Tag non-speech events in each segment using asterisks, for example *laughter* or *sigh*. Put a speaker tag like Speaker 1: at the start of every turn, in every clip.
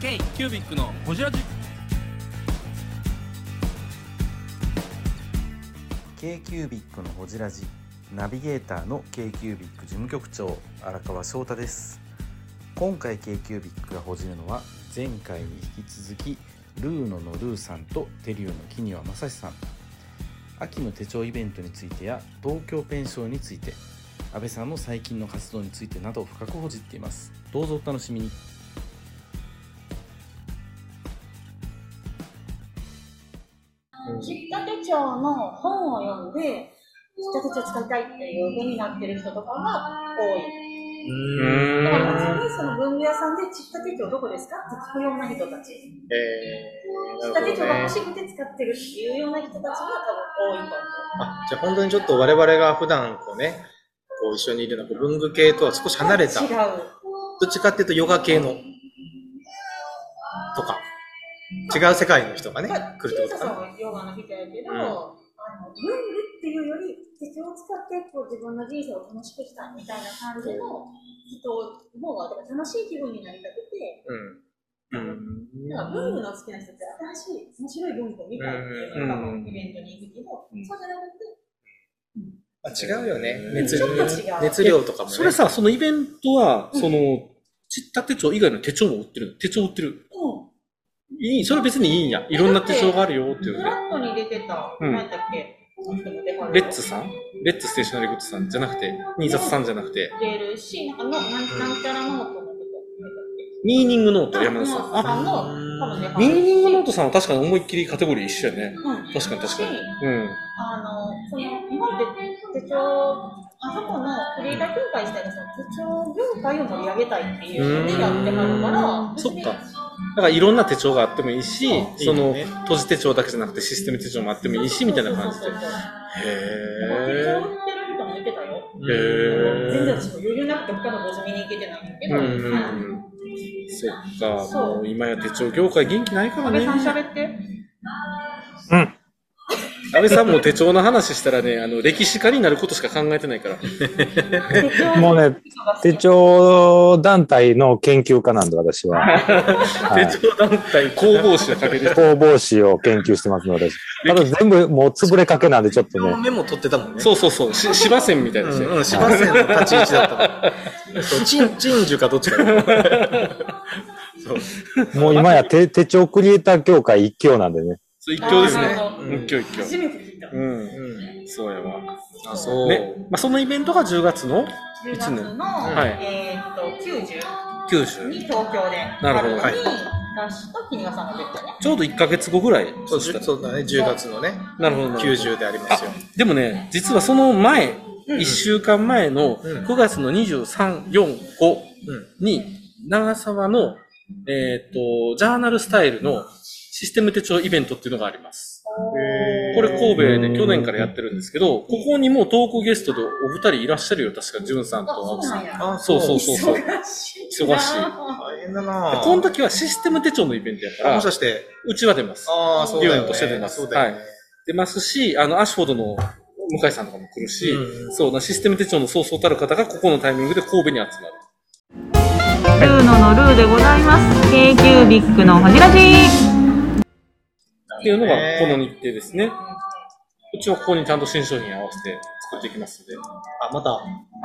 Speaker 1: K キュービックのホジラジ
Speaker 2: k q b i c のほじラジナビゲーターの k q b i c 事務局長荒川翔太です今回 k q b i c がほじるのは前回に引き続きルーノのルーさんとテリオの木庭正史さん秋の手帳イベントについてや東京ペンションについて安倍さんの最近の活動についてなど深くほじっていますどうぞお楽しみに
Speaker 3: 喫茶手帳の本を読んで、喫茶手帳使いたいっていう風になってる人とかが多い。だから普通にその文具屋さんで喫茶手帳どこですかって聞くような人たち。
Speaker 4: え
Speaker 3: 喫
Speaker 4: ー、な
Speaker 3: 茶
Speaker 4: る
Speaker 3: 手帳
Speaker 4: ほど
Speaker 3: が
Speaker 4: ね
Speaker 3: 欲。しくて使ってるっていうような人たちが多分多いと思
Speaker 4: あじゃあ本当にちょっと我々が普段こうね、こう一緒にいるようなこう文具系とは少し離れた、
Speaker 3: う。違
Speaker 4: ど
Speaker 3: う。
Speaker 4: っちかっていうとヨガ系の、とか、違う世界の人がね、来るって
Speaker 3: キムタ
Speaker 4: ことか
Speaker 3: さん
Speaker 4: な。
Speaker 3: はヨガの人やけど、
Speaker 4: うん
Speaker 3: あの文具っていうより手帳を使ってこう自分の人生を楽しくしたいみたいな感じの人の方がだから楽しい気分になりたくて、
Speaker 4: うん。うん。
Speaker 3: なんか文具の好きな人って新しい、面白い文具を見たいっていうの
Speaker 4: うん
Speaker 3: がイベントに行くけど、
Speaker 2: うん
Speaker 3: そうじゃなくて、
Speaker 4: まあ、違うよね。
Speaker 2: うん
Speaker 3: ち
Speaker 4: 熱量
Speaker 3: ょっと違う
Speaker 4: 熱量とかもね。
Speaker 5: それさ、そのイベントは、
Speaker 3: うん
Speaker 5: その、ちった手帳以外の手帳も売ってるの手帳売ってる。
Speaker 3: う
Speaker 5: いい、それは別にいいんや。いろんな手帳があるよってい
Speaker 3: ん、フ
Speaker 5: う
Speaker 3: ラ
Speaker 5: ね。
Speaker 3: ットに出てた、
Speaker 5: うん
Speaker 3: 何だっけ、この人も出はる
Speaker 5: レッツさんレッツステーショナリーグッズさんじゃなくて、ニーザスさんじゃなくて、
Speaker 3: 出るし、なんかな、なんなんちゃらノートの
Speaker 5: ミーニングノー
Speaker 3: 人
Speaker 5: ト、山田さん。
Speaker 3: ノートさん
Speaker 5: あ、
Speaker 3: の、多分出はる
Speaker 5: ミーニングノー
Speaker 3: ト
Speaker 5: トさんは確かに思いっきりカテゴリー一緒やね。
Speaker 3: うん。
Speaker 5: 確かに確かに
Speaker 3: し。
Speaker 5: うん。
Speaker 3: あの、その、今まで手帳、あそこのクリエイター協会自体がその手帳業界を盛り上げたいっていうのでやってはるから、
Speaker 5: そっ
Speaker 3: 別に
Speaker 5: か。だからいろんな手帳があってもいいし、
Speaker 4: う
Speaker 5: そ
Speaker 4: いい
Speaker 5: の、
Speaker 4: よね
Speaker 5: 閉じ手帳だけじゃなくてシステム手帳もあってもいいし、みたいな感じで。
Speaker 3: そうそうそうそう手帳売ってる
Speaker 5: へー。
Speaker 3: 人もいてたよ。
Speaker 5: へー
Speaker 3: 全然私も余裕なくて他のご見に行けてないんだけ
Speaker 5: う
Speaker 3: ど、
Speaker 5: んうん
Speaker 3: はい
Speaker 5: うん。そっか、
Speaker 3: そう
Speaker 5: もう今や手帳業界元気ないから
Speaker 3: 安
Speaker 5: ね。
Speaker 3: 倍さん喋って。
Speaker 5: 安倍さんも手帳の話したらね、あの、歴史家になることしか考えてないから。
Speaker 3: 手帳
Speaker 6: もうね、手帳団体の研究家なんで、私は。
Speaker 5: *laughs*
Speaker 6: はい
Speaker 5: 手帳団体工房誌だけで。
Speaker 6: 工房史を研究してますので、私ただ全部もう潰れかけなんで、ちょっと
Speaker 4: 今
Speaker 5: *laughs*
Speaker 6: ね、
Speaker 4: メモ取ってたもんね。
Speaker 5: そうそうそう、し、芝線みたいな
Speaker 4: う
Speaker 5: し
Speaker 4: ん、うん、芝生の立ち位置だっ
Speaker 5: *laughs*
Speaker 4: たもん。そう、鎮鎮守かどっちかだった。そう。
Speaker 6: もう今や手手帳クリエイター協会一強なんでね。
Speaker 5: そう一強です
Speaker 3: あ
Speaker 5: ね
Speaker 3: ーなるほ。ど
Speaker 5: 一強一強。
Speaker 3: 初めて聞いた。
Speaker 5: うん。
Speaker 4: うん。
Speaker 5: そうやわ。
Speaker 4: あ、そう。
Speaker 5: ね。まあ、そのイベントが10月の
Speaker 3: 10月の、
Speaker 5: はい
Speaker 3: えーっと90
Speaker 5: 九州。
Speaker 3: に東京で
Speaker 5: なるほど
Speaker 3: 春に出した君がさんが出てね。
Speaker 5: ちょうど1ヶ月後ぐらい。
Speaker 4: そうじゅそうだね、10月のね、
Speaker 5: なるほど、なるほど。
Speaker 4: 90でありますよ。
Speaker 5: でもね、実はその前、1週間前の
Speaker 4: うん
Speaker 5: 9月の23、4、5
Speaker 4: うん。
Speaker 5: に、長沢の、えっ、と、ジャーナルスタイルのシステム手帳イベントっていうのがあります。これ神戸で去年からやってるんですけど、ここにもうトークゲストでお二人いらっしゃるよ、確か、ジュンさんと
Speaker 3: あ、そ
Speaker 5: 青
Speaker 3: う
Speaker 5: 木さ
Speaker 3: なん
Speaker 5: ん。
Speaker 3: や。
Speaker 4: あ、
Speaker 5: そうそうそうそう。
Speaker 3: 忙しい。
Speaker 5: 忙しい
Speaker 4: 大変だなぁ。
Speaker 5: この時はシステム手帳のイベントや
Speaker 4: あも
Speaker 5: か、
Speaker 4: しからして、
Speaker 5: うちは出ます。
Speaker 4: ああ、そうだよ、ね。
Speaker 5: デュエンとして出ます
Speaker 4: そうだよね。
Speaker 5: 出ますし、あの、アシュフォードの向井さんとかも来るし、
Speaker 4: うん
Speaker 5: そうな、システム手帳のそうそうたる方がここのタイミングで神戸に集まる。
Speaker 7: ルーノのルーでございます。k q b i c のほじらじ
Speaker 5: っていうのが
Speaker 4: ね
Speaker 5: この日程ですね。うちはここにちゃんと新商品合わせて作っていきますので。
Speaker 4: あ、また、
Speaker 5: は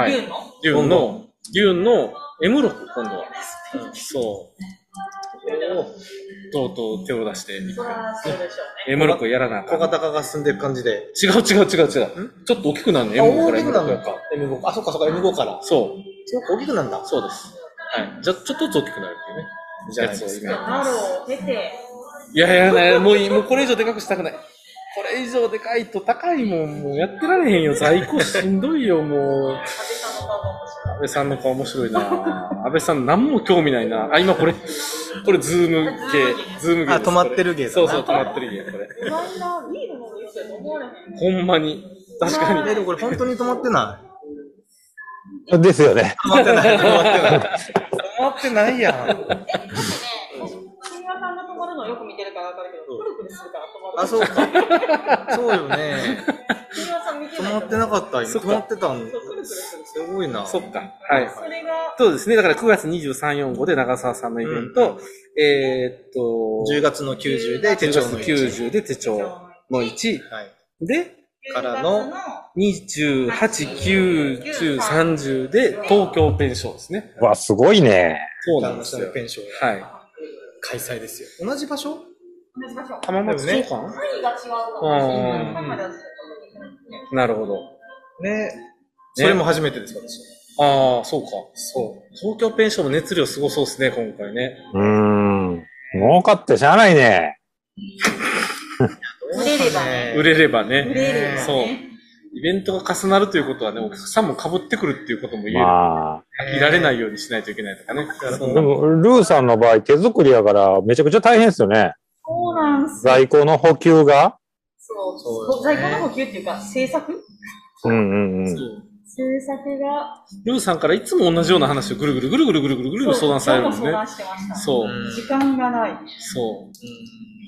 Speaker 3: 言う
Speaker 5: い。
Speaker 3: の
Speaker 5: デューンの、デューンの M6 今度は。そう。とうとう手を出していく。
Speaker 3: あそうでしょ
Speaker 5: M6 やらなあか
Speaker 4: 小
Speaker 5: ん。
Speaker 4: 型化が進んでいく感じで。
Speaker 5: 違う違う違う違う。ちょっと大きくなるの
Speaker 4: あ、大き
Speaker 5: M5
Speaker 4: く
Speaker 5: か
Speaker 4: な
Speaker 5: ら
Speaker 4: る
Speaker 5: M6
Speaker 4: のか。M5。あ、そっかそっか、M5 から。
Speaker 5: そ
Speaker 4: そうか、大きくなるんだ
Speaker 5: う。。そうです。はい。じゃ、ちょっとずつ大きくなるっていうね。
Speaker 4: じゃないです
Speaker 3: う。じゃ
Speaker 4: か。
Speaker 3: あ、ナロを出て、
Speaker 5: いやいやいやいや、もういい。もうこれ以上でかくしたくない。これ以上でかいと高いもん、もうやってられへんよ。在庫しんどいよ、もう。
Speaker 3: 安倍さんの顔が面白い。
Speaker 5: 安倍さんの顔面白いな
Speaker 4: *laughs*
Speaker 5: 安倍さん何も興味ないなあ、今これ、これズーム系、ズーム系です。
Speaker 4: あ止まってる芸だな
Speaker 5: そうそう、止まってる芸、これ。
Speaker 3: 意外なビールの要素やと思われへん。
Speaker 5: ほんまに。確か
Speaker 4: え、
Speaker 5: に。
Speaker 4: でもこれ本当に止まってない。
Speaker 6: ですよね。
Speaker 4: 止まってない。止まってない。
Speaker 5: 止まってないやん。
Speaker 3: 木村さんが止まるのをよく見てるから分かるけど、くるくるするから止まる。
Speaker 4: あ、そうか。そうよね。
Speaker 3: 木村さん見て
Speaker 4: 止
Speaker 3: ない
Speaker 4: ま
Speaker 3: と思う。
Speaker 4: ってなかった。今
Speaker 5: そっ
Speaker 4: 止
Speaker 5: か
Speaker 4: まってたんだ
Speaker 3: そうくるくるする
Speaker 4: すごいな。
Speaker 5: そっか。はい。
Speaker 3: それが、
Speaker 5: そうですね。だから9月23、45で長澤さんのイベント、えーっと、
Speaker 4: 10月の90で手
Speaker 5: 10
Speaker 4: 帳
Speaker 5: 月
Speaker 4: の
Speaker 5: 90で手帳の1。
Speaker 4: はい。
Speaker 5: で、
Speaker 4: からの
Speaker 5: 28、9、10、30で東京ペンションですね。
Speaker 6: うわ、すごいね。
Speaker 5: そうな
Speaker 4: 旦
Speaker 5: ん
Speaker 4: 那
Speaker 5: です
Speaker 4: さんの
Speaker 5: よ。
Speaker 4: ペンションが
Speaker 5: はい。
Speaker 4: 開催ですよ。同じ場
Speaker 3: 同
Speaker 4: 所
Speaker 3: じ場所。
Speaker 5: 浜松
Speaker 4: ね
Speaker 5: 町か
Speaker 3: 範囲が違うか
Speaker 5: う
Speaker 3: もし
Speaker 5: ん
Speaker 3: れない。今まではちょっ
Speaker 5: ななるほど。
Speaker 4: ね。それも初めてです、私。
Speaker 5: ああ、そうか。そう。東京ペンションも熱量すごそうですね、今回ね。
Speaker 6: うーん。儲かってしゃあないね。
Speaker 3: と売れればね。
Speaker 5: 売れればね。
Speaker 3: 売れればね。
Speaker 5: そう。イベントが重なるということはね、お客さんも被ってくるっていうことも言える。
Speaker 6: まあ。
Speaker 5: 飽きられないようにしないといけないとかね。
Speaker 4: そ
Speaker 6: でも、ルーさんの場合、手作りやから、めちゃくちゃ大変ですよね。
Speaker 3: そうなんすよ。
Speaker 6: 在庫の補給が。
Speaker 3: そう
Speaker 4: そうです
Speaker 3: 在
Speaker 4: ね
Speaker 3: 庫の補給っていうか、制作
Speaker 6: うんうんう
Speaker 5: そ
Speaker 6: ん。
Speaker 5: う
Speaker 3: 制作が、
Speaker 5: ルーさんからいつも同じような話をぐるぐるぐるぐるぐるぐるぐる相談されるんで
Speaker 3: そう
Speaker 5: す
Speaker 3: 今日も相
Speaker 5: ね。
Speaker 3: 談してました。
Speaker 5: そう。
Speaker 4: うん
Speaker 3: 時間がない。
Speaker 5: そう。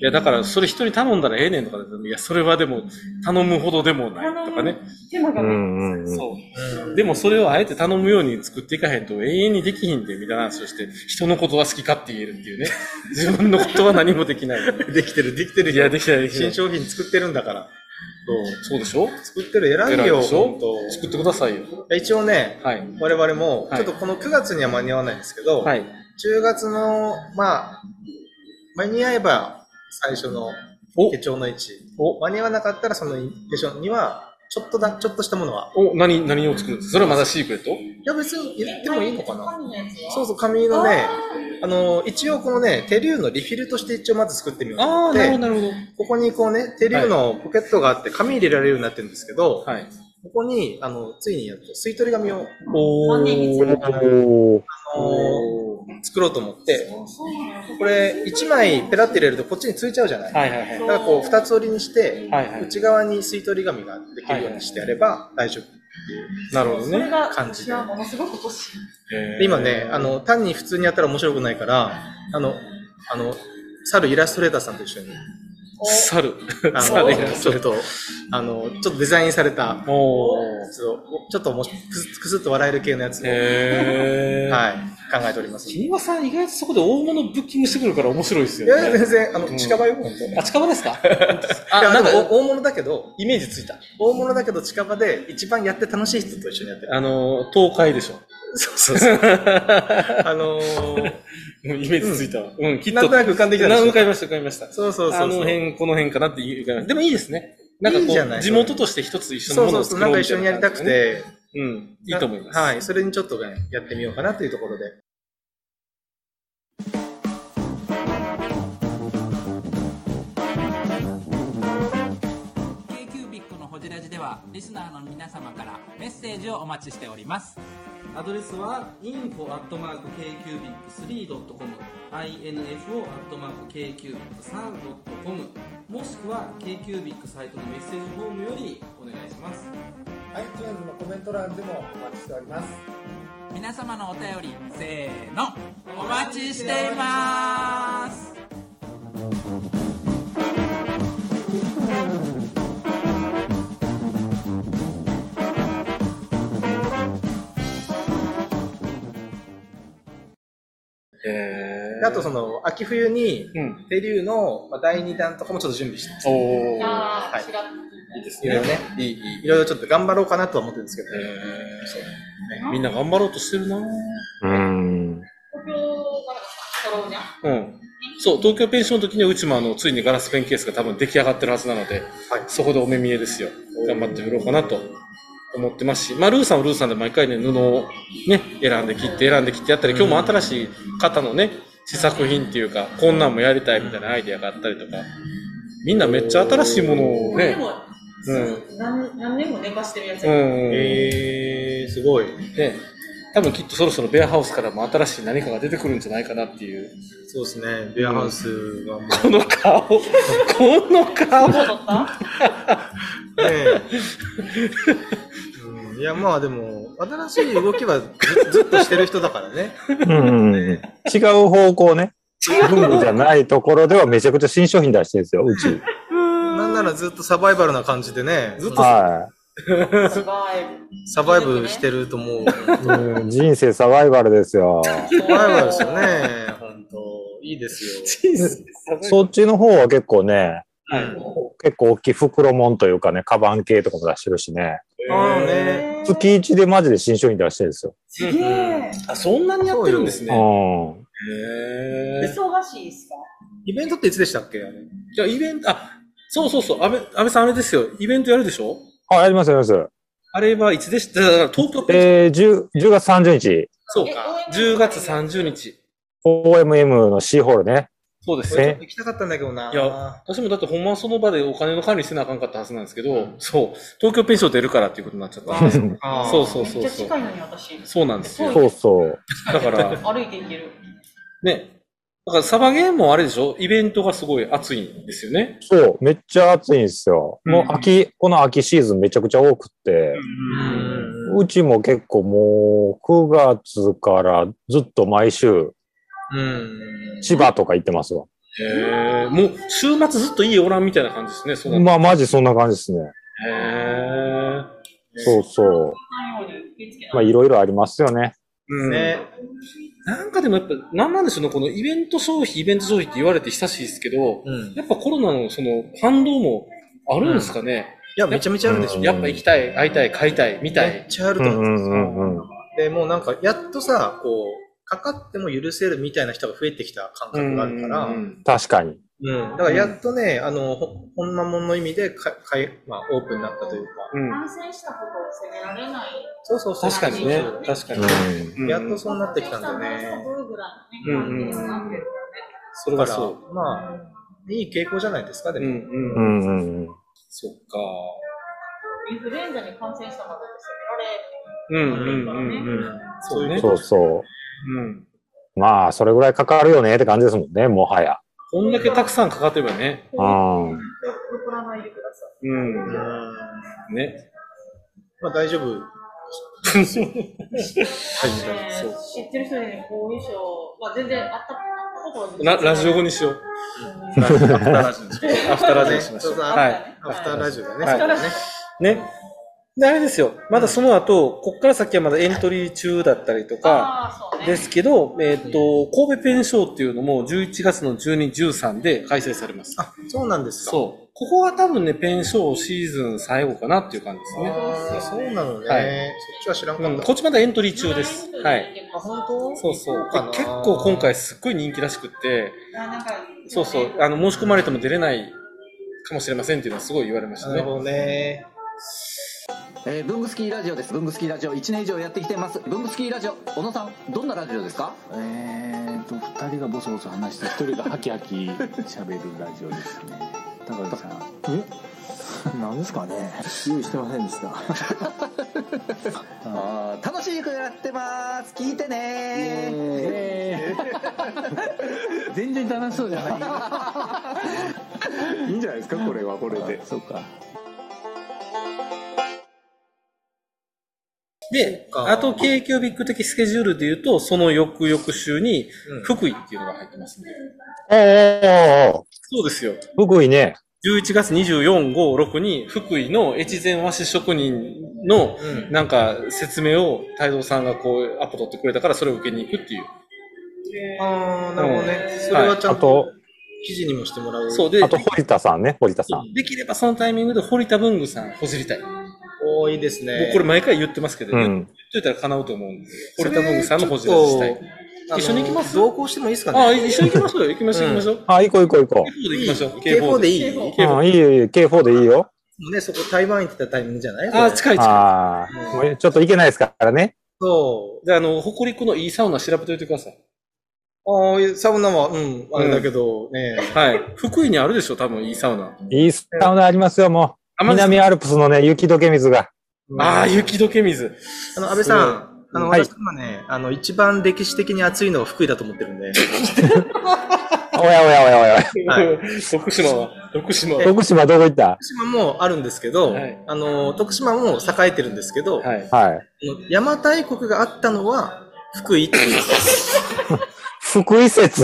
Speaker 5: いや、だから、それ人に頼んだらええねんとかでも、いや、それはでも、頼むほどでもないとかね。
Speaker 3: 手間が
Speaker 6: う
Speaker 3: ない。
Speaker 6: んうんうん。
Speaker 5: そう。でも、それをあえて頼むように作っていかへんと、永遠にできひんで、みたいな話をして、人のことは好きかって言える *laughs* っていうね。自分のことは何もでき *laughs* ない。
Speaker 4: できてる、できてる。
Speaker 5: いや、できない、できない。
Speaker 4: 新
Speaker 5: そう
Speaker 4: 商品作ってるんだから。
Speaker 5: そうでしょ
Speaker 4: 作ってる選んで
Speaker 5: 偉い
Speaker 4: よ、
Speaker 5: でしょ
Speaker 4: 本当
Speaker 5: 作ってくださいよ。
Speaker 4: 一応ね、
Speaker 5: はい。
Speaker 4: 我々も、
Speaker 5: はい
Speaker 4: ちょっとこの9月には間に合わないんですけど、
Speaker 5: はい。
Speaker 4: 10月の、まあ、間に合えば最初の
Speaker 5: お
Speaker 4: 手、帳の位置。
Speaker 5: お、
Speaker 4: 間に合わなかったらその手帳には、ちょっとだ、ちょっとしたものは。
Speaker 5: お、何、何を作るんですかそれはまだシークレット
Speaker 4: いや、別に入れてもいいのかな。
Speaker 3: 紙のやつは
Speaker 4: そうそう、紙のね、
Speaker 3: あ
Speaker 4: あの、一応このね、手竜のリフィルとして一応まず作ってみようと
Speaker 5: あ
Speaker 4: 思
Speaker 5: あ、
Speaker 4: っ
Speaker 5: なるほど、
Speaker 4: て、
Speaker 5: なるほ
Speaker 4: ここにこうね、手竜のポケットがあって紙入れられるようになってるんですけ
Speaker 5: ど。
Speaker 4: ど、
Speaker 5: はい。
Speaker 4: ここに、あの、ついにやっと吸い取り紙を、
Speaker 5: お
Speaker 3: 何に
Speaker 5: ー。
Speaker 6: おー
Speaker 4: あの
Speaker 5: おー
Speaker 4: 作ろうと思って、
Speaker 3: そうなんです
Speaker 4: これ1枚ペラって入れるとこっちについちゃうじゃない。
Speaker 5: はいはいはい。
Speaker 4: だからこう2つ折りにして、
Speaker 5: はいはい
Speaker 4: 内側に吸い取り紙ができるようにしてやれば大丈夫。
Speaker 5: なるほど
Speaker 3: それ
Speaker 5: ね。
Speaker 3: が、
Speaker 4: 感じで
Speaker 3: 私はものすごく欲しい。
Speaker 4: で今ね、あの、単に普通にやったら面白くないから、あの、あの、猿イラストレーターさんと一緒に、
Speaker 5: 猿。
Speaker 4: あ
Speaker 5: 猿イラ
Speaker 4: の、
Speaker 5: ス
Speaker 4: ちょっと、あの、ちょっとデザインされた、
Speaker 5: おー。
Speaker 4: ちょっと、ちょっとおもしくすくすっと笑える系のやつを、
Speaker 5: へー。
Speaker 4: はい、考えております。い
Speaker 5: 君はさん、意外とそこで大物ブッキングしてくるから面白いですよ
Speaker 4: や、
Speaker 5: ね。
Speaker 4: 全然、あの、
Speaker 5: ん
Speaker 4: 近場よ、本当に。
Speaker 5: あ、近場ですかあ、
Speaker 4: いや
Speaker 5: なんか
Speaker 4: で、もお大物だけど、
Speaker 5: イメージついた。
Speaker 4: 大物だけど近場で一番やって楽しい人と一緒にやってる。
Speaker 5: あの、東海 *laughs* でしょ。
Speaker 4: そうそうそう。あのー、
Speaker 5: うんイメージついたわ。うん、きっと。
Speaker 4: なんとなく浮かんできたでしょ
Speaker 5: うん浮かびました、浮かびました。
Speaker 4: そうそうそうそう。
Speaker 5: あの辺、この辺かなっていう浮かびましたでもいいですね。なんか
Speaker 4: いいじゃ
Speaker 5: こ
Speaker 4: な
Speaker 5: う、
Speaker 4: い
Speaker 5: 地元として一つ一緒の
Speaker 4: そう
Speaker 5: もの
Speaker 4: そう
Speaker 5: を
Speaker 4: そ
Speaker 5: 作
Speaker 4: う、
Speaker 5: ろ
Speaker 4: な
Speaker 5: うん
Speaker 4: か
Speaker 5: み
Speaker 4: 一
Speaker 5: た
Speaker 4: 緒
Speaker 5: い
Speaker 4: に
Speaker 5: な
Speaker 4: やりたく
Speaker 5: 感じでね。
Speaker 4: て、
Speaker 5: うん、いいと思います。。
Speaker 4: はいい、それにちょっとね、やってみようかなというところで。
Speaker 1: K-Cubic のホジラジではリスナーの皆様からメッセージをお待ちしておりますアドレスは info.kcubic3.com info.kcubic3.com もしくは K-Cubic サイトのメッセージフォームよりお願いします皆様のお便りせーのお待ちしています
Speaker 5: へ
Speaker 4: であとその、秋冬に、
Speaker 5: うん。
Speaker 4: 手流のまあ第2弾とかもちょっと準備してます。
Speaker 5: おー。
Speaker 3: あ
Speaker 4: は
Speaker 3: あ、
Speaker 4: い
Speaker 3: ちらっ
Speaker 5: いいです
Speaker 4: いろいろ
Speaker 5: ね。
Speaker 4: ね、
Speaker 5: いい、いい。
Speaker 4: いろいろちょっと頑張ろうかなとは思ってるんですけど、
Speaker 5: えーみんな頑張ろうとしてるな
Speaker 6: うん。
Speaker 3: と東京から揃うじゃ
Speaker 5: う
Speaker 3: ん。
Speaker 5: ん。そう、東京ペンションの時にはうちもあの、ついにガラスペンケースが多分出来上がってるはずなので、
Speaker 4: はい
Speaker 5: そこでお目見えですよ。頑張って振ろうかなと思ってますし、まあ、ルーさんはルーさんで毎回ね、布をね、選んで切って選んで切ってやったり、今日も新しい方のね、試作品っていうか、こんなんもやりたいみたいなアイデアがあったりとか、みんなめっちゃ新しいものをね、
Speaker 3: でも、
Speaker 5: うん。
Speaker 3: 何何年も寝かしてるやつ
Speaker 5: う
Speaker 3: やから
Speaker 5: ん。
Speaker 4: えー、すごい。
Speaker 5: ね、多分きっとそろそろベアハウスからも新しい何かが出てくるんじゃないかなっていう。
Speaker 4: そうですね、ベアハウスがもう、ね
Speaker 5: この顔、 *laughs* この顔。
Speaker 3: どうだった
Speaker 4: え、うんいや、まあでも、新しい動きはずずっ *laughs* としてる人だからね。
Speaker 6: うんうんうん違う方向ね。文具じゃないところではめちゃくちゃ新商品出してるんですよ、うち。
Speaker 4: なんならずっとサバイバルな感じでね、ずっと
Speaker 6: は
Speaker 3: サバイブ。
Speaker 4: サバイブしてると思う。本
Speaker 6: うん人生サバイバルですよ。
Speaker 4: *laughs* 当サバイバルですよね。本当いいですよ。
Speaker 6: そっちの方は結構ね、
Speaker 5: はい
Speaker 6: 結構大きい袋もんというかね、カバン系とかも出してるしね。
Speaker 4: ああね。
Speaker 3: えー
Speaker 6: 月1でマジで新商品出してるんですよ。
Speaker 3: すげえ。
Speaker 5: あ、そんなにやってるんですね。
Speaker 6: うん。
Speaker 5: へー
Speaker 3: 忙しいですか
Speaker 4: イベントっていつでしたっけあれ
Speaker 5: じゃあ、イベント、あ、そうそうそう、安倍、安倍さんあれですよ、イベントやるでしょ
Speaker 6: あ、やりますやります。
Speaker 5: あれはいつでしただから東京ページ、
Speaker 6: えー、10, 10月30日、
Speaker 5: そうか、
Speaker 3: え
Speaker 5: 10月30日。
Speaker 6: OMM の C ホールね。
Speaker 5: そうです
Speaker 6: え
Speaker 5: よ。
Speaker 4: 行きたかったんだけどな。
Speaker 5: いや私もだってほんまはその場でお金の管理してなあかんかったはずなんですけど、そう、東京ペンション出るからっていうことになっちゃったんで。
Speaker 4: あー
Speaker 5: そうそう
Speaker 3: め
Speaker 5: そ
Speaker 3: っち
Speaker 5: う
Speaker 3: ゃ
Speaker 5: そう
Speaker 3: 近。いのに私。
Speaker 5: そうなんですよ。
Speaker 6: そうそう。
Speaker 5: だから、
Speaker 3: 歩いていける。
Speaker 5: ね。だからサバゲーもあれでしょイベントがすごい熱いんですよね。
Speaker 6: そう、めっちゃ暑いんですよ。もう
Speaker 5: うん
Speaker 6: 秋、この秋シーズンめちゃくちゃ多くって、
Speaker 4: うん
Speaker 6: うちも結構もう9月からずっと毎週
Speaker 4: うん。
Speaker 6: 千葉とか行ってますわ。
Speaker 5: へえ。もう週末ずっと家おらんみたいな感じですね。そうなんだ
Speaker 6: まあマジそんな感じですね。
Speaker 5: へえ。
Speaker 6: そうそう。
Speaker 3: 太陽に見つけた
Speaker 6: まあいろいろありますよね。
Speaker 5: うん。
Speaker 4: ね。
Speaker 5: なんかでもやっぱ、なんなんでしょうね。このイベント消費、イベント消費って言われて久しいですけど、
Speaker 4: うん。い
Speaker 5: やっぱコロナのその反動もあるんですかね。
Speaker 4: や、めちゃめちゃあるでしょ。
Speaker 6: うん
Speaker 5: やっぱ行きたい、会いたい、買いたい、見た
Speaker 4: めっ
Speaker 5: い。
Speaker 4: ちゃある
Speaker 6: う
Speaker 4: と
Speaker 6: ん
Speaker 4: 思
Speaker 6: う
Speaker 4: うんですよ。
Speaker 6: んうんうん。
Speaker 4: で、もうなんか、やっとさ、こう、かかっても許せるみたいな人が増えてきた感覚があるから、
Speaker 5: う
Speaker 4: うん
Speaker 5: ん
Speaker 6: 確かに。
Speaker 4: だからやっとね、あの、ほほんまもんの意味でか、かい、まあ、オープンになったというか、
Speaker 5: うん
Speaker 3: 感染したことを責められない。
Speaker 4: そうそうそう。
Speaker 5: 確かにね。確かに。
Speaker 6: う
Speaker 4: やっとそうなってきたんだよね。
Speaker 3: どういうぐらい
Speaker 5: うんう
Speaker 3: のね、
Speaker 5: んうん
Speaker 3: 関係になってる
Speaker 5: それ
Speaker 4: だ
Speaker 5: は
Speaker 4: から、
Speaker 5: そ
Speaker 4: まあ、いい傾向じゃないですか、
Speaker 5: う。
Speaker 4: で
Speaker 5: うん
Speaker 4: も。
Speaker 5: うん。
Speaker 6: んうんうん。
Speaker 5: そっか。
Speaker 3: インフルエンザに感染した方って
Speaker 5: うんうんうんうん。そうね。
Speaker 6: そうそ
Speaker 5: うん。
Speaker 6: う。まあそれぐらいかかるよねって感じですもんね、もはや。
Speaker 5: こんだけたくさんかかってればね。
Speaker 6: うん。
Speaker 3: 責められ、残らないでください。
Speaker 5: うん。
Speaker 4: うん。
Speaker 5: ね。
Speaker 4: まあ、大丈夫。
Speaker 3: ね
Speaker 5: *laughs* そう
Speaker 3: 知ってる人に後遺症、まあ、全然あったことは全
Speaker 5: ラ
Speaker 3: 然
Speaker 5: ラジオ語にしよう。
Speaker 4: アフターラジオにしましょう。アフターラジオにしましょう。
Speaker 3: あっ
Speaker 4: は
Speaker 3: た
Speaker 4: い。
Speaker 3: ね
Speaker 4: アフターラジオだね。
Speaker 5: はい
Speaker 4: そうだね
Speaker 5: ね。で、あれですよ。まだその後、こっから先はまだエントリー中だったりとか、
Speaker 3: ああ、そうね。
Speaker 5: ですけど、えっ、と、神戸ペンショーっていうのも11月の12、13で開催されます。
Speaker 4: あ、そうなんですか。
Speaker 5: そう。ここは多分ね、ペンショーシーズン最後かなっていう感じですね。
Speaker 4: あーそうなのね。
Speaker 5: はい
Speaker 4: そっちは知らんか
Speaker 5: う
Speaker 4: っ
Speaker 5: ん、
Speaker 4: た。
Speaker 5: こっちまだエントリー中です。はい。。
Speaker 4: あ、本当
Speaker 5: そうそう。
Speaker 4: かな
Speaker 5: 結構今回すっごい人気らしくって、
Speaker 3: あなんか
Speaker 5: そうそう、あの、申し込まれても出れないかもしれませんっていうのはすごい言われました
Speaker 4: なる
Speaker 5: ね。
Speaker 4: ほどね。
Speaker 8: えー、ブングスキーラジオです。ブングスキーラジオ1年以上やってきてます。ブングスキーラジオ、小野さん、どんなラジオですか
Speaker 9: えーと2人がボソボソ話して1人がハキハキ喋るラジオですね高木さんえなんですかね用意してませんで *laughs* した
Speaker 8: あー楽しい曲やってます。聞いてねー。
Speaker 9: えー
Speaker 8: *laughs*
Speaker 9: 全然楽しそうじゃないいいんじゃないですかこれはこれでそうか
Speaker 5: で、
Speaker 4: そっか
Speaker 5: あと、京急ビッグ的スケジュールで言うと、その翌々週に、福井っていうのが入ってますね。
Speaker 6: おーおーおー
Speaker 5: そうですよ。
Speaker 6: おー福井ね。
Speaker 5: 11月24、5、6に、福井の越前和紙職人の、
Speaker 4: うん。
Speaker 5: なんか、説明を、太蔵さんがこう、アポ取ってくれたから、それを受けに行くっていう。
Speaker 4: あー、なるほどね。
Speaker 5: うん
Speaker 4: それはちゃ
Speaker 6: あ
Speaker 4: んと
Speaker 6: と、
Speaker 4: 記事にもしてもらう。
Speaker 5: そう、で、
Speaker 6: あと堀田さんね、堀田さん。
Speaker 5: できればそのタイミングで堀田文具さん、ほじりたい。もう
Speaker 4: おーいいですね。
Speaker 5: これ毎回言ってますけど、
Speaker 6: う
Speaker 5: 言っ
Speaker 6: ん。
Speaker 5: といたら叶うと思うんで、
Speaker 4: それ
Speaker 5: 堀田文具さんのほじりしたい
Speaker 4: ち。
Speaker 5: あの一緒に行きます
Speaker 4: 同行してもいいですかね
Speaker 5: ああ、一緒に行きましょうよ。行きましょう、
Speaker 4: う
Speaker 5: 行
Speaker 4: ん
Speaker 5: きましょう。
Speaker 6: あ、行こう行こう行こ
Speaker 5: K4 で行きましょう。
Speaker 4: K4 でいい
Speaker 5: K4
Speaker 6: う。うん、いいよいいよ、K4 でいいよ。
Speaker 4: ね、そこ台湾行ってたタイミングじゃない
Speaker 5: ああ、近い近
Speaker 6: ああ、もうちょっと行けないですからね。
Speaker 4: そ
Speaker 5: い。で、あの、北陸のいいサウナ調べておいてください。
Speaker 4: う。あーサウナは、うん、あれだけど、ね。
Speaker 5: はい。福井にあるでしょ、多分いいサウナ。
Speaker 6: いいサウナありますよ、もう。南アルプスのね、雪解け水が。
Speaker 5: ああ、雪解け水。
Speaker 4: あの、安倍さん、あの、
Speaker 6: はい
Speaker 4: 私今ね、あの、一番歴史的に暑いのは福井だと思ってるんで、
Speaker 6: おやおやおやおや。
Speaker 4: はい
Speaker 5: *laughs* 徳島は、徳島は。
Speaker 6: 徳島どこ行った
Speaker 4: 徳島もあるんですけど、
Speaker 5: はい
Speaker 4: あの、徳島も栄えてるんですけど、
Speaker 5: はい。
Speaker 6: はい。
Speaker 4: あの邪馬台国があったのは福井っていう *laughs*
Speaker 6: 福井説。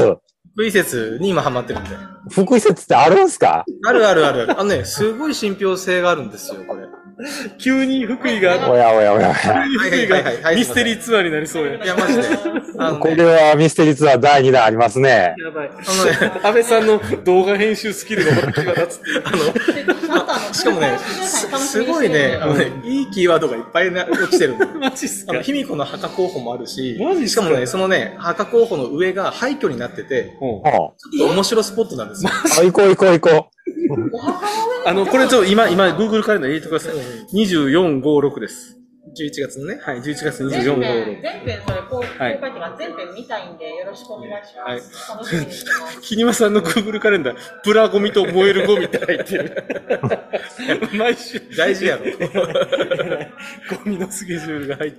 Speaker 4: 福井説に今ハマってるんで。
Speaker 6: 福井説ってあるんすか
Speaker 4: あるあるあるある。あのね、すごい信憑性があるんですよ、これ。
Speaker 5: 急に福井が、
Speaker 6: おやおやおやおや。
Speaker 5: 急に福井
Speaker 4: はいはいはいは
Speaker 5: が
Speaker 4: い
Speaker 5: ミステリーツアーになりそうや。
Speaker 4: いや、マジで。あの
Speaker 6: こ
Speaker 4: ね
Speaker 6: れはミステリーツアー第2弾ありますね。
Speaker 5: やばい。
Speaker 4: あのね、
Speaker 5: *laughs* 安倍さんの動画編集スキルが私が立つって
Speaker 4: *laughs*
Speaker 5: いう。
Speaker 4: しかもね、すすごいね、あのね、いいキーワードがいっぱいな落ちてるの。
Speaker 5: マジっすか
Speaker 4: あの、卑弥呼の墓候補もあるし、
Speaker 5: マジっ
Speaker 4: し
Speaker 5: す
Speaker 4: か
Speaker 5: か
Speaker 4: もね、そのね、墓候補の上が廃墟になってて、
Speaker 5: うん
Speaker 6: うん
Speaker 4: ちょっと面白スポットなん
Speaker 5: *laughs*
Speaker 4: ですよ。
Speaker 6: あ行こう行こう行こ
Speaker 5: あの、これちょっと今、今、Google カレンダー入れてください。24、56です。
Speaker 4: 11月のね。
Speaker 5: はい、11月
Speaker 3: 全
Speaker 5: 24、56。
Speaker 3: 編全編それ公公
Speaker 5: はい
Speaker 3: 開とか全編見たいんでよろしくお願いします。楽しみにしてます。
Speaker 5: キニマさんの Google カレンダー、プラゴミと燃えるゴミって入ってる。毎週。
Speaker 4: 大事
Speaker 5: *laughs*
Speaker 4: やろ。
Speaker 5: ゴミのスケジュールが入って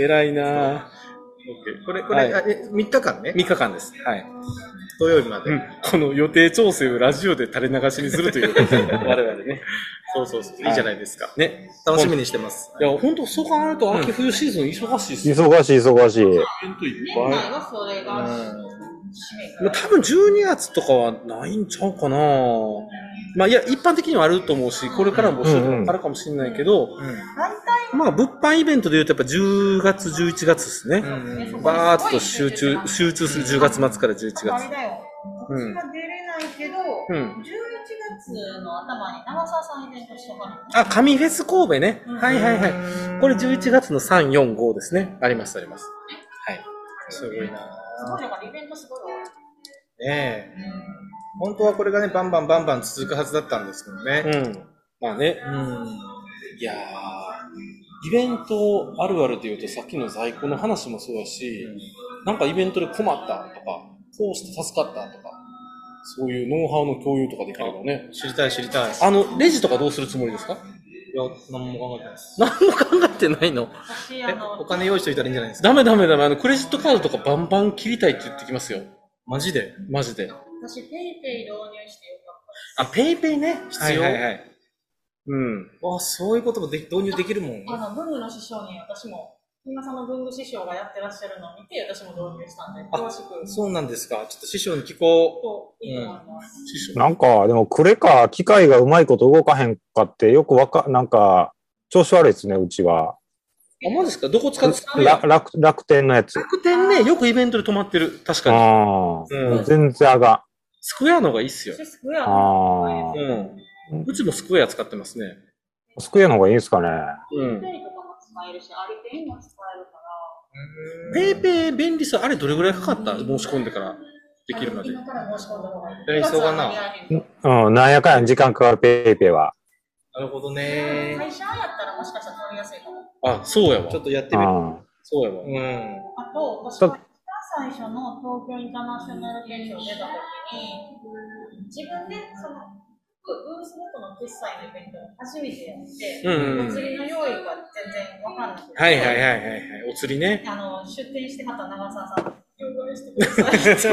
Speaker 5: る。偉いな
Speaker 4: これ、これ、
Speaker 5: はい
Speaker 4: あえ3日間ね
Speaker 5: ぁ。。3日間です。はい。
Speaker 4: 土曜日まで。
Speaker 5: うんこの予定調整をラジオで垂れ流しにするという。我々ね。
Speaker 4: そうそうそう。
Speaker 5: はい
Speaker 4: いいじゃないですか。
Speaker 5: ね。
Speaker 4: 楽しみにしてます。
Speaker 5: いや、本当そう考えると、秋冬シーズン忙しいっ
Speaker 6: う。
Speaker 5: すよ。
Speaker 6: 忙しい忙しい。
Speaker 5: イベントい
Speaker 3: 年
Speaker 5: っぱい
Speaker 3: 内はそれが使命
Speaker 5: まあ、多分12月とかはないんちゃうかなまあいや、一般的にはあると思うし、これからも募集
Speaker 6: うんうん
Speaker 5: あるかもしれないけど、
Speaker 3: 大
Speaker 5: まあ物販イベントで言うとやっぱ10月、11月ですね。
Speaker 3: 体ね
Speaker 5: バーッと集中、集中する10月末から11
Speaker 3: あれ
Speaker 5: 月。
Speaker 3: だよ。
Speaker 5: う
Speaker 3: 私
Speaker 5: ん
Speaker 3: が出れないけど、
Speaker 5: うん。
Speaker 3: 11月の頭に長澤さんイベントしとかな
Speaker 5: あ、神フェス神戸ね。
Speaker 3: うん
Speaker 5: はいはいはい。これ11月の3、4、5ですね。ありますあります。はい。
Speaker 4: すごいな
Speaker 3: すごいだからイベントすごい多い。
Speaker 4: ねえ。本当はこれがね、バンバンバンバン続くはずだったんですけどね。
Speaker 5: うん。まあね。
Speaker 4: うん。
Speaker 5: いやー、イベントあるあるで言うと、さっきの在庫の話もそうだし、なんかイベントで困ったとか、こうして助かったとか、そういうノウハウの共有とかできればね。
Speaker 4: 知りたい知りたい。い
Speaker 5: あの、レジとかどうするつもりですか
Speaker 4: や、何も考えてないです。
Speaker 5: 何も考えてないの。
Speaker 3: 私、あ
Speaker 4: え
Speaker 3: の、
Speaker 4: お金用意しといたらいいんじゃないですか
Speaker 5: ダメダメダメ、あの、クレジットカードとかバンバン切りたいって言ってきますよ。
Speaker 4: マジで
Speaker 5: マジで。
Speaker 3: 私、ペイペイ導入してよか
Speaker 5: あ、
Speaker 3: っ
Speaker 5: ペイペイね。必要。
Speaker 4: はいはいは
Speaker 5: うん。
Speaker 4: あ、そういうこともでき導入できるもん。
Speaker 3: た。あの、文具の師匠に私も、今さんの文具師匠がやってらっしゃるのを見て、私も導入したんで、詳しく、
Speaker 4: そうなんですか。ちょっと師匠に聞こ
Speaker 3: といいと思います。
Speaker 4: う。
Speaker 6: なんか、でもクレカ、機械がうまいこと動かへんかって、よくわか、なんか、調子悪いですね、うちは。
Speaker 5: あ、マジですかどこ使って
Speaker 6: ら楽楽天のやつ。
Speaker 5: 楽天ね、よくイベントで泊まってる。確かに。
Speaker 6: あ
Speaker 5: う
Speaker 6: あ。
Speaker 5: ん
Speaker 6: 全然あが
Speaker 5: スクエアの方がいいっすよ。
Speaker 3: 私、スクエア
Speaker 6: ん。
Speaker 3: の
Speaker 6: あ
Speaker 5: うん。うちもスクエア使ってますね。
Speaker 6: あ。スクエアの方がいいんですかね。
Speaker 5: うん。
Speaker 3: ペイとかも使えるし、アリペイも使えるから、
Speaker 5: ペイペイ便利さ、あれどれぐらいかかった申し込んでからできるまで。
Speaker 3: 今から申し込んだ方がいい。
Speaker 4: やりそうだ
Speaker 3: 9月は間
Speaker 4: な
Speaker 3: に合えへん
Speaker 6: うん、なんやかんや時間かかるペイペイは。
Speaker 4: なるほどね。
Speaker 3: 会社やったらもしかしたら取りやすいかも。
Speaker 5: あ、そうやわ
Speaker 4: ちょ。っとやって
Speaker 6: う
Speaker 4: みる。
Speaker 6: ん。
Speaker 5: そうやわ。
Speaker 4: うん。
Speaker 3: あと、私が最初の東京インターナショナル研修を出たときに、自分でその、ブースごとの決済のイベントを初めてやって、
Speaker 5: うん
Speaker 3: お釣りの用意が全然わかんなくて、
Speaker 5: はいはいはいはいはい。お釣りね。
Speaker 3: あの出店してはった長澤さん、用語してくだ
Speaker 5: *laughs*
Speaker 3: さ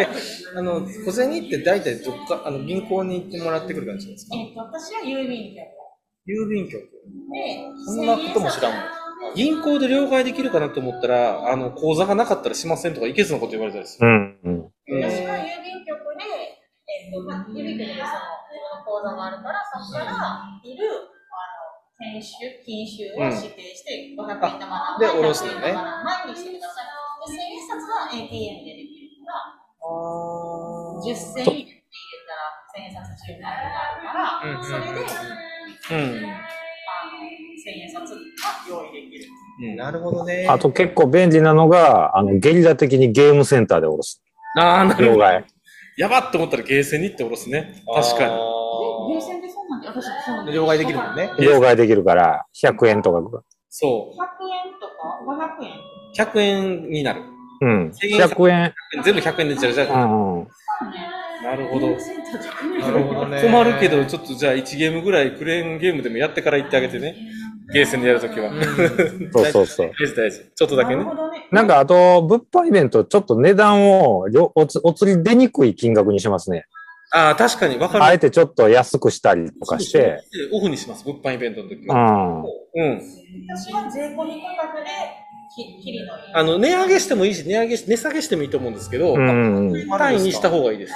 Speaker 3: いって。
Speaker 4: あの、小銭って大体どっか、あの、銀行に行ってもらってくる感じなんですか
Speaker 3: えっと、私は郵便局
Speaker 4: 郵便局。
Speaker 3: で、
Speaker 5: そんなことも知らんわ銀行で両替できるかなと思ったら、あの、口座がなかったらしませんとか、いけずのこと言われたりす
Speaker 6: う
Speaker 5: る。
Speaker 6: ん。う
Speaker 5: う
Speaker 6: ん
Speaker 5: ん
Speaker 3: 私は郵便局で、えっとまあ、郵便局でその自分の口座があるから、そこからいる、あの、研修、禁酒を指定して、500円玉何枚、
Speaker 4: で下ろす
Speaker 3: 100円
Speaker 4: のね
Speaker 3: 玉何枚にしてください。で、千円札は ATM でできるから、10銭入れて入れたら、千円札10枚があるから、それで、
Speaker 5: うん。
Speaker 3: あの、千円札が用意できる。
Speaker 4: なるほどね。
Speaker 6: あと結構便利なのが、あの、ゲリラ的にゲームセンターでおろす。
Speaker 5: ああ、なる
Speaker 6: 両
Speaker 5: ほど。
Speaker 6: 替。
Speaker 5: やばっと思ったらゲーセンに行っておろすね。確かに。
Speaker 3: で、優
Speaker 4: に。
Speaker 3: 先でそうなんで、私、そうなん
Speaker 4: 両替できるもんね。
Speaker 6: 両替できるから、100円とか。
Speaker 5: そ
Speaker 3: 100円とか500円
Speaker 5: う。100円になる。
Speaker 6: うん。
Speaker 5: 千円札
Speaker 6: 100円。
Speaker 5: 全部100円でじゃあじゃあ
Speaker 6: うんうん。
Speaker 5: なるほど。
Speaker 4: なるほどね。
Speaker 5: 困るけど、ちょっとじゃあ1ゲームぐらいクレーンゲームでもやってから行ってあげてね。ゲーセンでやるときは。
Speaker 4: うん。
Speaker 6: そうそうそう。
Speaker 5: 大事大事。ちょっとだけね
Speaker 3: なる。ほどね。
Speaker 6: なんかあと、物販イベント、ちょっと値段をりょおつお釣り出にくい金額にしますね。
Speaker 5: ああ、確かに分かる。
Speaker 6: あえてちょっと安くしたりとかして、。
Speaker 5: オフにします、物販イベントの時
Speaker 6: う
Speaker 5: は。
Speaker 6: ん。
Speaker 5: うん。
Speaker 3: 私は税込み価格で、ききりのいい。
Speaker 5: あの、値上げしてもいいし、値上げし、値下げしてもいいと思うんですけど、
Speaker 6: うんうん。
Speaker 5: 単位にした方がいいです。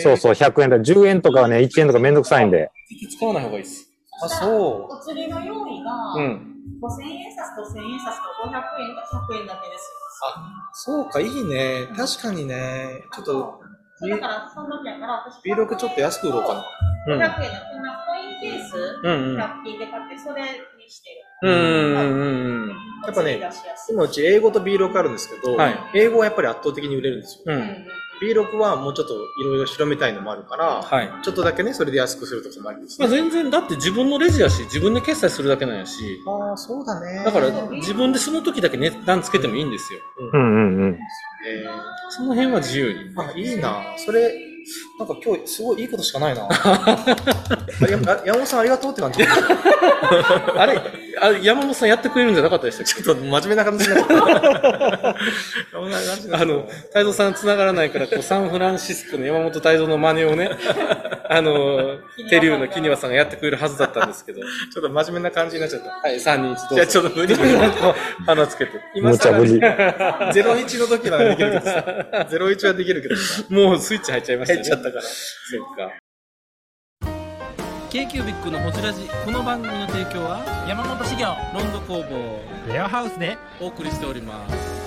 Speaker 6: そうそう、100円だ。10円とかはね、1円とかめんどくさいんで。
Speaker 5: 全然使わない方がいいです。あ、そ
Speaker 3: お釣りの用意が、
Speaker 5: う。うん。
Speaker 3: 5000円札と1000円札と500円と100円だけです。
Speaker 4: そうか、いいね。確かにね。ちょっと、
Speaker 3: そうだから、その時やから、私、
Speaker 4: B6 ちょっと安く売ろうかな。
Speaker 5: うん。うん
Speaker 3: 500円だ。こんなコインケース、
Speaker 5: うん。
Speaker 3: 100均で買って、それにして
Speaker 5: うん
Speaker 3: る。
Speaker 5: うん
Speaker 3: はい
Speaker 5: うんうん。
Speaker 4: やっ
Speaker 3: お
Speaker 4: ぱね
Speaker 3: 釣り出しやすい
Speaker 4: 今うち英語と B6 あるんですけど、
Speaker 5: はい
Speaker 4: 英語はやっぱり圧倒的に売れるんですよ。
Speaker 5: う。
Speaker 3: うんん
Speaker 4: B6 はもうちょっといろいろ広めたいのもあるから、
Speaker 5: はい。
Speaker 4: ちょっとだけね、それで安くするとかもありです
Speaker 5: まあ、
Speaker 4: ね。
Speaker 5: 全然、だって自分のレジやし、自分で決済するだけなんやし、
Speaker 4: ああ、そうだね
Speaker 5: だから自分でその時だけ値段つけてもいいんですよ。
Speaker 6: うんうんうん。
Speaker 4: えー
Speaker 5: その辺は自由に。
Speaker 4: あ、いいな。それ、なんか今日すごいいいことしか *laughs* ないな。やや山本さんありがとうって感じ。ち
Speaker 5: あれ、あ山本さんやってくれるんじゃなかったでしたっけ
Speaker 4: ょっと真面目な感じになっちゃった。 *laughs* 山本さん
Speaker 5: あの、太蔵さん繋がらないから、こう、サンフランシスコの山本太蔵の真似をね、
Speaker 4: *laughs*
Speaker 5: あの、手竜の木庭さんがやってくれるはずだったんですけど、
Speaker 4: *laughs* ちょっと真面目な感じになっちゃった。
Speaker 5: はい、3人一度。
Speaker 4: いや、ちょっと無
Speaker 5: *laughs*
Speaker 4: 理無理。
Speaker 5: 鼻つけて。
Speaker 4: 今
Speaker 6: 無茶ぶり。
Speaker 4: ゼロ一の時ならできるけどさ。ゼロ一はできるけ *laughs* どさ。
Speaker 5: もうスイッチ入っちゃいました
Speaker 4: 入
Speaker 5: ね。
Speaker 4: っちゃったから。
Speaker 5: そっか。
Speaker 1: k ー b i c のホジラジこの番組の提供は山本資源ロンド工房
Speaker 10: レアハウスで
Speaker 1: お送りしております